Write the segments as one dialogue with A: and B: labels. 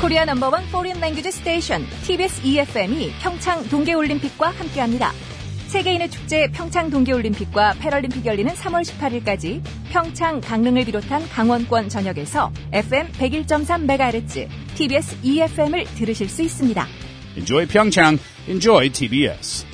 A: 코리아 넘버원 포린 랭귀지 스테이션 TBS EFM이 평창 동계올림픽과 함께합니다. 세계인의 축제 평창 동계올림픽과 패럴림픽 열리는 3월 18일까지 평창 강릉을 비롯한 강원권 전역에서 FM 101.3MHz TBS EFM을 들으실 수 있습니다.
B: Enjoy Pyeongchang. Enjoy TBS.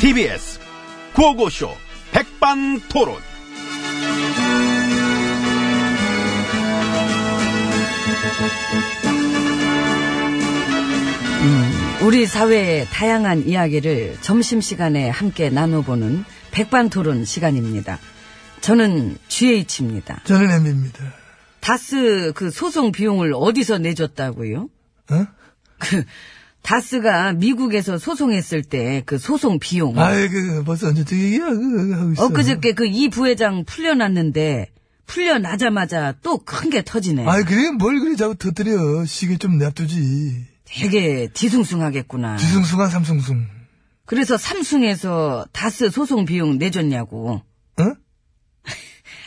C: TBS 구호고쇼 백반토론.
D: 우리 사회의 다양한 이야기를 점심시간에 함께 나눠보는 백반토론 시간입니다. 저는 GH입니다.
E: 저는 엠비입니다.
D: 다스 그 소송 비용을 어디서 내줬다고요?
E: 어?
D: 그 다스가 미국에서 소송했을 때 그 소송 비용
E: 아이, 그, 벌써 언제 쯤 얘기야, 그, 하고 있어.
D: 엊그저께 그 이 부회장 풀려났는데 풀려나자마자 또 큰 게 터지네.
E: 아이, 그래, 뭘 그리 자꾸 터뜨려. 시계 좀 냅두지.
D: 되게 뒤숭숭하겠구나.
E: 지승숭한 삼성숭.
D: 그래서 삼숭에서 다스 소송 비용 내줬냐고.
E: 어?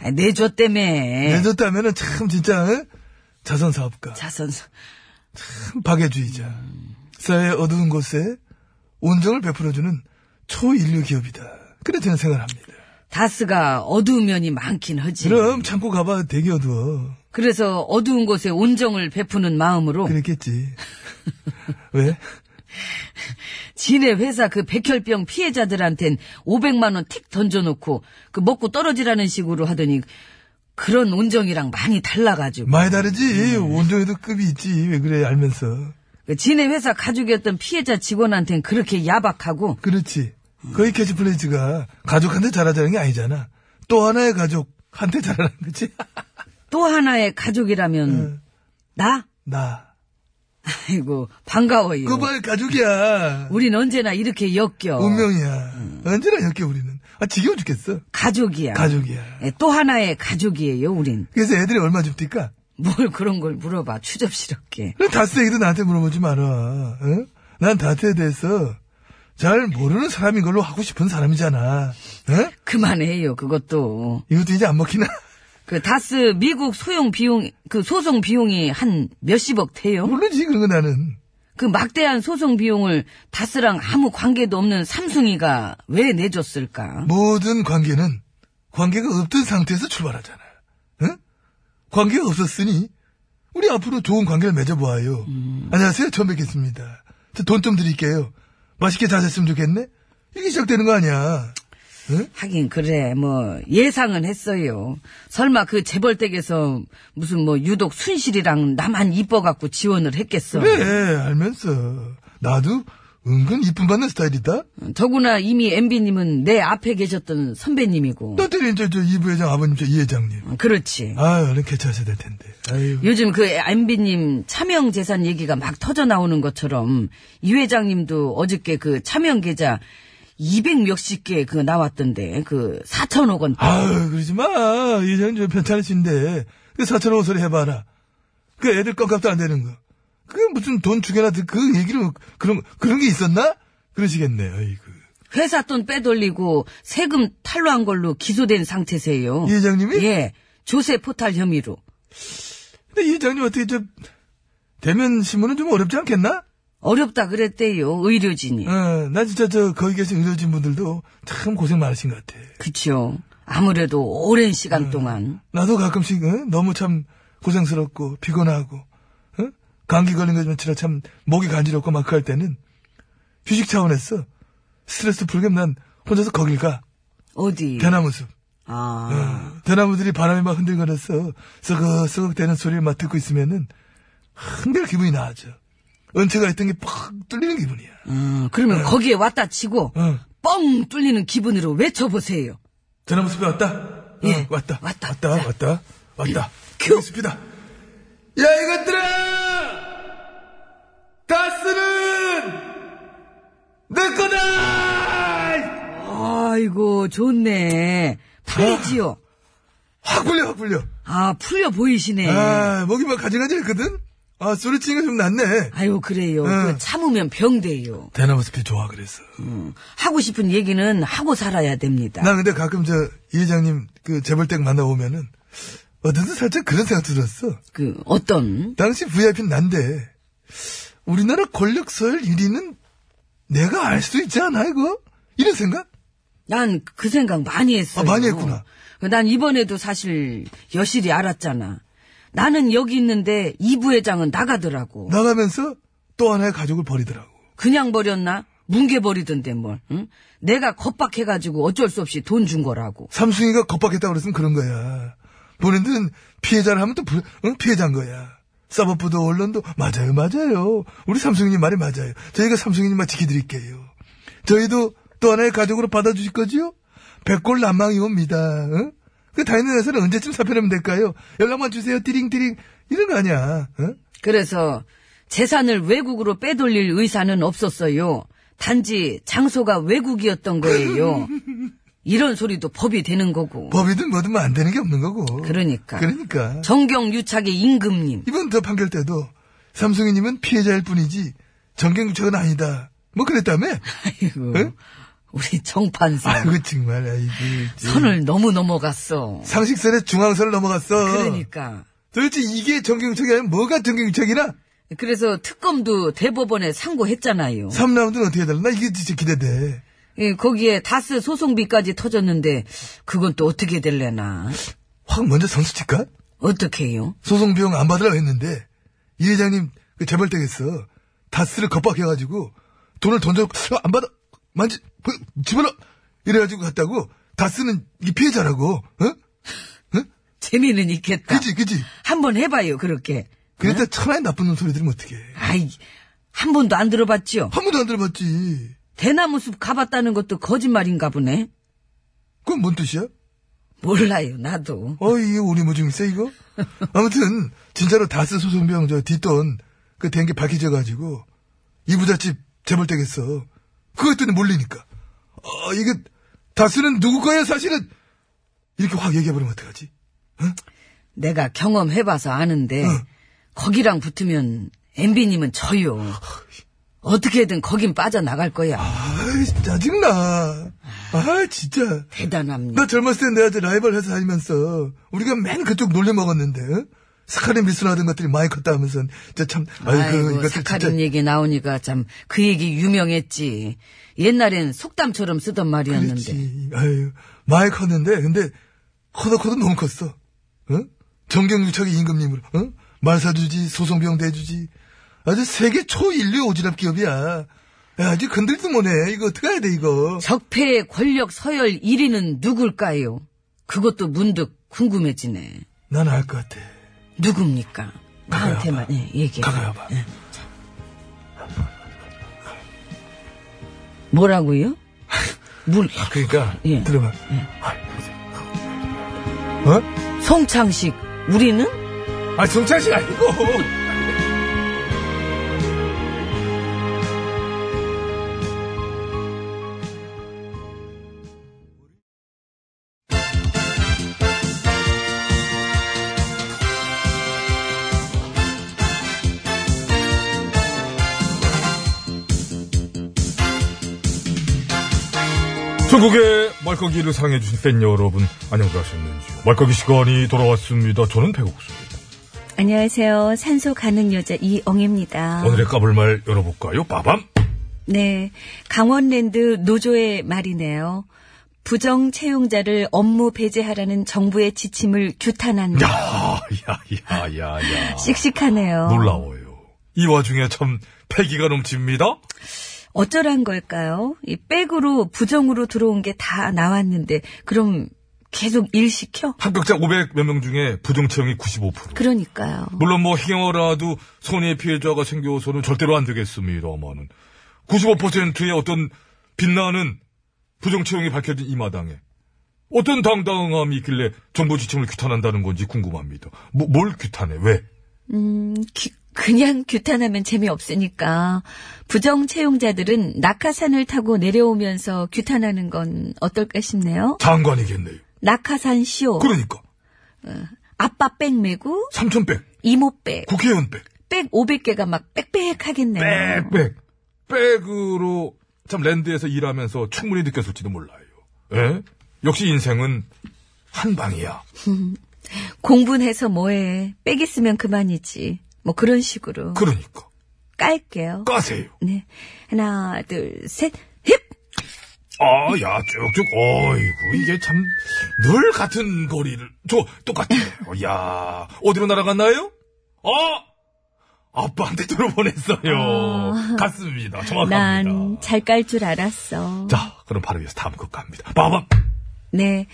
D: 아, 내줬다며.
E: 내줬다면은 참, 진짜, 어? 자선사업가.
D: 예. 자선
E: 참 박애주의자. 사회의 어두운 곳에 온정을 베풀어주는 초인류 기업이다. 그래, 저는 생각합니다.
D: 다스가 어두운 면이 많긴 하지.
E: 그럼 참고 가봐 되게 어두워.
D: 그래서 어두운 곳에 온정을 베푸는 마음으로
E: 그랬겠지. 왜?
D: 지네 회사 그 백혈병 피해자들한텐 500만 원 틱 던져놓고 그 먹고 떨어지라는 식으로 하더니 그런 온정이랑 많이 달라가지고
E: 많이 다르지. 온정에도 급이 있지. 왜 그래, 알면서.
D: 그 지네 회사 가족이었던 피해자 직원한텐 그렇게 야박하고
E: 그렇지. 거의 캐치플레이즈가 가족한테 잘하자는 게 아니잖아. 또 하나의 가족한테 잘하는 거지.
D: 또 하나의 가족이라면
E: 응.
D: 나?
E: 나.
D: 아이고 반가워요.
E: 그발 가족이야.
D: 우린 언제나 이렇게 엮여
E: 운명이야. 언제나 이렇게 우리는. 아, 지겨워 죽겠어.
D: 가족이야.
E: 가족이야.
D: 예, 또 하나의 가족이에요 우린.
E: 그래서 애들이 얼마 줍니까?
D: 뭘 그런 걸 물어봐 추접스럽게.
E: 그럼 다스 얘기도 나한테 물어보지 마라. 응? 난 다스에 대해서 잘 모르는 사람인 걸로 하고 싶은 사람이잖아. 응?
D: 그만해요 그것도.
E: 이것도 이제 안 먹히나?
D: 그 다스 미국 소용 비용 그 소송 비용이 한 몇십억 돼요.
E: 모르지, 그런 거 나는.
D: 그 막대한 소송 비용을 다스랑 아무 관계도 없는 삼숭이가 왜 내줬을까?
E: 모든 관계는 관계가 없던 상태에서 출발하잖아. 응? 관계가 없었으니 우리 앞으로 좋은 관계를 맺어보아요. 안녕하세요. 처음 뵙겠습니다. 저 돈 좀 드릴게요. 맛있게 자셨으면 좋겠네. 이게 시작되는 거 아니야. 응?
D: 하긴 그래 뭐 예상은 했어요. 설마 그 재벌댁에서 무슨 뭐 유독 순실이랑 나만 이뻐갖고 지원을 했겠어.
E: 그래 알면서 나도 은근 이쁨 받는 스타일이다.
D: 더구나 이미 MB님은 내 앞에 계셨던 선배님이고.
E: 너 때린 저이 부회장 아버님 저 이 회장님.
D: 그렇지.
E: 아 얼른 개최하셔야 될 텐데. 아유.
D: 요즘 그 MB님 차명재산 얘기가 막 터져 나오는 것처럼 이 회장님도 어저께 그 차명계좌 200 몇십 개 그 나왔던데 그 4천억 원.
E: 아유 그러지 마. 이 회장님 좀 편찮으신데 그 사천 원 소리 해봐라. 그 애들 껌값도 안 되는 거. 그게 무슨 돈 주게나 드- 그 얘기를 그런 그런 게 있었나? 그러시겠네. 아이고.
D: 회사 돈 빼돌리고 세금 탈루한 걸로 기소된 상태세요.
E: 이 회장님이?
D: 예. 조세 포탈 혐의로.
E: 근데 이 회장님 어떻게 저 대면 신문은 좀 어렵지 않겠나?
D: 어렵다 그랬대요. 의료진이.
E: 어, 나 진짜 저 거기 계신 의료진 분들도 참 고생 많으신 것 같아.
D: 그쵸. 아무래도 오랜 시간
E: 어.
D: 동안.
E: 나도 가끔씩 어? 너무 참 고생스럽고 피곤하고 어? 감기 걸린 것처럼 지나 참 목이 간지럽고 막 그럴 때는 휴식 차원에서 스트레스 풀겸 난 혼자서 거길 가
D: 어디.
E: 대나무 숲
D: 아.
E: 대나무들이 바람에 막 흔들거려서 서걱서걱 대는 소리를 막 듣고 있으면은 한결 기분이 나아져 은채가 있던 게 팍 뚫리는 기분이야
D: 음,
E: 어.
D: 그러면 거기에 왔다 치고
E: 응.
D: 뻥 뚫리는 기분으로 외쳐보세요.
E: 대나무 숲에 왔다
D: 예.
E: 어, 왔다
D: 왔다.
E: 왔다 예.
D: 자.
E: 왔다 왔다
D: 큐.
E: 여기 숲이다 야 이것들아 가스는 내 거다!
D: 아이고 좋네. 풀리지요.
E: 확 불려, 확 불려.
D: 아 풀려 보이시네.
E: 예. 아, 목이 막 가지가지 했거든? 아, 소리치니까 좀 낫네.
D: 아유, 그래요.
E: 응.
D: 그거 참으면 병돼요.
E: 대나무숲이 좋아, 그래서.
D: 하고 싶은 얘기는 하고 살아야 됩니다.
E: 나 근데 가끔 저, 이 회장님, 그, 재벌댁 만나보면은, 어디서 살짝 그런 생각 들었어.
D: 그, 어떤,
E: 당시 VIP는 난데, 우리나라 권력 서열 1위는 내가 알 수 있지 않아, 이거? 이런 생각?
D: 난 그 생각 많이 했어요.
E: 아, 많이 했구나.
D: 난 이번에도 사실 여실히 알았잖아. 나는 여기 있는데 이 부회장은 나가더라고.
E: 나가면서 또 하나의 가족을 버리더라고.
D: 그냥 버렸나? 뭉개버리던데 뭘. 응? 내가 겁박해가지고 어쩔 수 없이 돈 준 거라고.
E: 삼순이가 겁박했다 그랬으면 그런 거야. 본인들은 피해자를 하면 또 불- 응? 피해자인 거야. 사법부도 언론도 맞아요, 맞아요. 우리 삼성님 말이 맞아요. 저희가 삼성님 말 지켜드릴게요. 저희도 또 하나의 가족으로 받아주실 거지요? 백골 난망이 옵니다. 응? 그 다니는 회사는 언제쯤 사표내면 될까요? 연락만 주세요. 띠링띠링 이런 거 아니야. 응?
D: 그래서 재산을 외국으로 빼돌릴 의사는 없었어요. 단지 장소가 외국이었던 거예요. 이런 소리도 법이 되는 거고.
E: 법이든 뭐든 뭐안 되는 게 없는 거고.
D: 그러니까.
E: 그러니까.
D: 정경유착의 임금님.
E: 이번 더 판결 때도 삼성이님은 피해자일 뿐이지 정경유착은 아니다. 뭐 그랬다며?
D: 아이고,
E: 응?
D: 우리 정판사.
E: 네? 아이고 정말 아이고 진짜.
D: 선을 너무 넘어갔어.
E: 상식선에 중앙선을 넘어갔어.
D: 그러니까.
E: 도대체 이게 정경유착이 아니면 뭐가 정경유착이나?
D: 그래서 특검도 대법원에 상고했잖아요.
E: 3라운드는 어떻게 해달라? 나 이게 진짜 기대돼.
D: 예, 거기에 다스 소송비까지 터졌는데 그건 또 어떻게 될래나.
E: 확 먼저 선수 칠까?
D: 어떻게요?
E: 소송 비용 안 받으라고 했는데 이 회장님 그 재벌댁에서 다스를 겁박해가지고 돈을 던져놓고 어, 안 받아 만지 뭐, 집어넣어 이래가지고 갔다고 다스는 이 피해자라고 응?
D: 재미는 있겠다.
E: 그지 그지
D: 한번 해봐요, 그렇게.
E: 그랬다 천하의 나쁜 놈 소리 들으면 어떡해
D: 아이, 한 번도 안 들어봤지요?
E: 한 번도 안 들어봤지
D: 대나무 숲 가봤다는 것도 거짓말인가 보네?
E: 그건 뭔 뜻이야?
D: 몰라요, 나도.
E: 어, 이게 우리 무중세 이거? 아무튼 진짜로 다스 소송병 저 뒷돈 그 된 게 밝혀져가지고 이부잣집 재벌댁에서 그것 때문에 몰리니까 어, 이게 다스는 누구 거야 사실은 이렇게 확 얘기해버리면 어떡하지?
D: 내가 경험해봐서 아는데, 거기랑 붙으면 엠비님은 져요. 어떻게든 거긴 빠져나갈 거야.
E: 아이 짜증나 아 진짜
D: 대단합니다.
E: 나 젊었을 때 내가 저 라이벌 회사 다니면서 우리가 맨 그쪽 놀려 먹었는데 어? 사카린 밀수나 하던 것들이 많이 컸다 하면서 진짜 참 그, 아이고,
D: 아이고,
E: 이것들
D: 사카린
E: 진짜
D: 얘기 나오니까 참 그 얘기 유명했지. 옛날엔 속담처럼 쓰던 말이었는데.
E: 그렇지. 아유, 많이 컸는데, 근데, 커도 커도 너무 컸어. 응? 정경유착의 임금님으로, 응? 말 사주지, 소송병 대주지. 아주 세계 초인류 오지랖 기업이야. 야, 아주 건들지도 못해. 이거 어떡해야 돼, 이거.
D: 적폐의 권력 서열 1위는 누굴까요? 그것도 문득 궁금해지네.
E: 난 알 것 같아.
D: 누굽니까?
E: 가봐요.
D: 나한테만 예, 얘기해.
E: 가까이 와봐.
D: 뭐라고요? 물
E: 그러니까,
D: 예.
E: 들어봐. 어?
D: 송창식 우리는
E: 아, 정찬식 아니고!
F: 전국의 말까기를 사랑해주신 팬 여러분, 안녕하셨는지요? 말까기 시간이 돌아왔습니다. 저는 배국수입니다.
G: 안녕하세요. 산소 가는 여자
A: 아.
G: 이엉입니다.
F: 오늘의 까불말 열어볼까요? 빠밤!
G: 네. 강원랜드 노조의 말이네요. 부정 채용자를 업무 배제하라는 정부의 지침을 규탄한다.
F: 야, 아, 야, 야, 야, 야.
G: 씩씩하네요.
F: 놀라워요. 이 와중에 참, 패기가 넘칩니다?
G: 어쩌란 걸까요? 이 백으로 부정으로 들어온 게 다 나왔는데 그럼 계속 일 시켜?
F: 합격자 500 몇 명 중에 부정채용이 95%.
G: 그러니까요.
F: 물론 뭐, 행여라도 손해 피해자가 생겨서는 절대로 안 되겠습니다만은. 95%의 어떤 빛나는 부정채용이 밝혀진 이 마당에. 어떤 당당함이 있길래 정부 지침을 규탄한다는 건지 궁금합니다. 뭐, 뭘 규탄해? 왜?
G: 음, 귀- 그냥 규탄하면 재미없으니까 부정 채용자들은 낙하산을 타고 내려오면서 규탄하는 건 어떨까 싶네요.
F: 장관이겠네요.
G: 낙하산 쇼,
F: 그러니까.
G: 아빠 백 메고
F: 삼천백,
G: 이모 백,
F: 국회의원 백,
D: 백 500개가 막 빽빽하겠네요.
F: 빽빽. 백으로 참 랜드에서 일하면서 충분히 느꼈을지도 몰라요. 예? 역시 인생은 한 방이야.
D: 공분해서 뭐해. 빽 있으면 그만이지. 뭐 그런 식으로.
F: 그러니까
D: 깔게요.
F: 까세요.
D: 네. 하나, 둘, 셋, 힙!
F: 아, 야, 쭉쭉, 어이구, 이게 참, 늘 같은 거리를, 저, 똑같아요. 어, 야 어디로 날아갔나요? 아! 아빠한테 들어보냈어요. 갔습니다. 정확합니다.
D: 아. 난 잘 깔 줄 알았어.
F: 자, 그럼 바로 이어서 다음 곡 갑니다. 빠밤!
D: 네.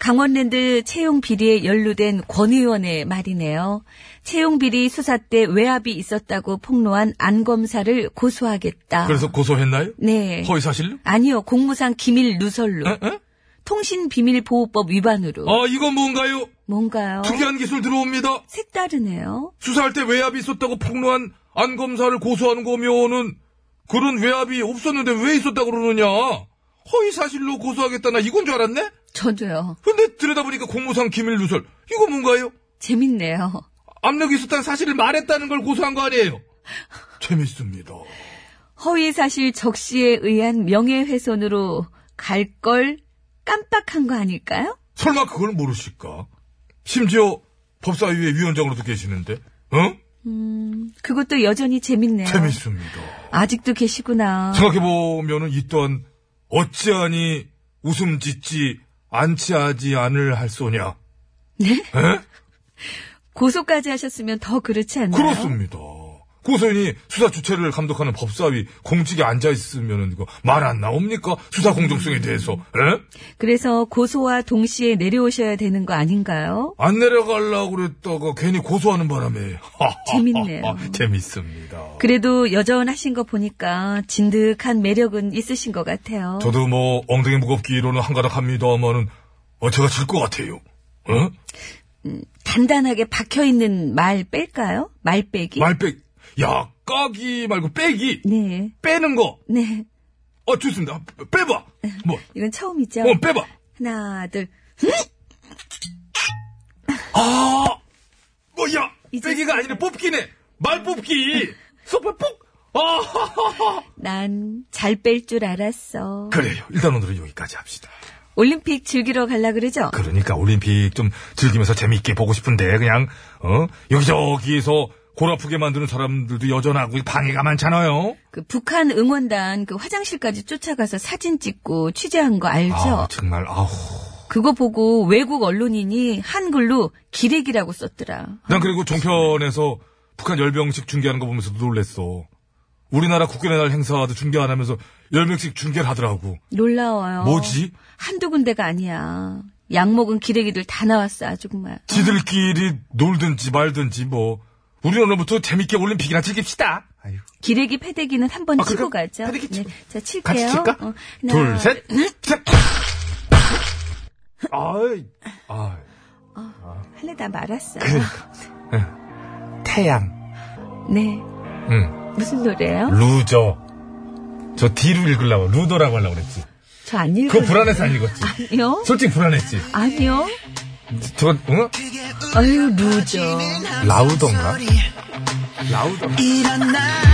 D: 강원랜드 채용 비리에 연루된 권 의원의 말이네요. 채용 비리 수사 때 외압이 있었다고 폭로한 안 검사를 고소하겠다.
F: 그래서 고소했나요?
D: 네.
F: 허위사실로?
D: 아니요. 공무상 기밀 누설로.
F: 에? 에?
D: 통신 비밀 보호법 위반으로.
F: 아, 이건 뭔가요?
D: 어? 뭔가요?
F: 특이한 기술 들어옵니다.
D: 색다르네요.
F: 수사할 때 외압이 있었다고 폭로한 안 검사를 고소하는 거면은 그런 외압이 없었는데 왜 있었다고 그러느냐? 허위 사실로 고소하겠다나 이건 줄 알았네?
D: 저도요.
F: 근데 들여다보니까 공무상 기밀 누설. 이거 뭔가요?
D: 재밌네요.
F: 압력이 있었다는 사실을 말했다는 걸 고소한 거 아니에요? 재밌습니다.
D: 허위 사실 적시에 의한 명예훼손으로 갈 걸 깜빡한 거 아닐까요?
F: 설마 그걸 모르실까? 심지어 법사위의 위원장으로도 계시는데, 응?
D: 그것도 여전히 재밌네요.
F: 재밌습니다.
D: 아직도 계시구나.
F: 생각해보면은 이 또한 어찌하니 웃음 짓지 안치하지 않을 할 소냐.
D: 고소까지 하셨으면 더 그렇지 않나요?
F: 그렇습니다. 고소인이 수사 주체를 감독하는 법사위 공직에 앉아있으면은 이거 말 안 나옵니까? 수사 공정성에 대해서, 에?
D: 그래서 고소와 동시에 내려오셔야 되는 거 아닌가요?
F: 안 내려가려고 그랬다가 괜히 고소하는 바람에.
D: 재밌네요.
F: 재밌습니다.
D: 그래도 여전하신 거 보니까 진득한 매력은 있으신 것 같아요.
F: 저도 뭐 엉덩이 무겁기로는 한가닥합니다만은 어, 제가 질 것 같아요. 어?
D: 예? 단단하게 박혀있는 말 뺄까요? 말 빼기?
F: 말빼기. 야, 까기 말고 빼기.
D: 네.
F: 빼는 거.
D: 네.
F: 어, 좋습니다. 빼봐. 뭐,
D: 이건 처음이죠?
F: 어, 빼봐.
D: 하나, 둘.
F: 아, 뭐, 야,
D: 이제-
F: 빼기가 아니라 뽑기네. 말 뽑기. 소파 뽑. 아,
D: 난 잘 뺄 줄 알았어.
F: 그래요. 일단 오늘은 여기까지 합시다.
D: 올림픽 즐기러 갈라 그러죠?
F: 그러니까 올림픽 좀 즐기면서 재미있게 보고 싶은데 그냥 어 여기저기에서 골 아프게 만드는 사람들도 여전하고 방해가 많잖아요.
D: 그 북한 응원단 그 화장실까지 쫓아가서 사진 찍고 취재한 거 알죠?
F: 아, 정말 아우.
D: 그거 보고 외국 언론인이 한글로 기레기라고 썼더라.
F: 난 그리고 종편에서 북한 열병식 중계하는 거 보면서 놀랬어. 우리나라 국군의 날 행사도 중계 안 하면서 열병식 중계를 하더라고.
D: 놀라워요.
F: 뭐지?
D: 한두 군데가 아니야. 약 먹은 기레기들 다 나왔어, 아주 정말.
F: 지들끼리 놀든지 말든지 뭐 우리 오늘부터 재밌게 올림픽이나 즐깁시다.
D: 기레기 패대기는 한 번
F: 아,
D: 치고
F: 그러니까
D: 가죠. 네.
F: 패대기 치-
D: 자, 칠게요.
F: 같이 칠까?
D: 어, 하나,
A: 네.
F: 둘, 셋, 셋. 아이, 아,
D: 할래 다 말았어.
F: 그, 어, 태양.
D: 네.
F: 응.
D: 무슨 노래예요?
F: 루저. 저 D로 읽으려고 루더라고 하려고 그랬지.
D: 저 안 읽어.
F: 그거 불안해서 안 읽었지.
D: 아니요.
F: 솔직히 불안했지.
D: 아니요.
F: 저거 응?
D: 아유, 루저.
F: 라우던가? 라우던가?
H: 이런 날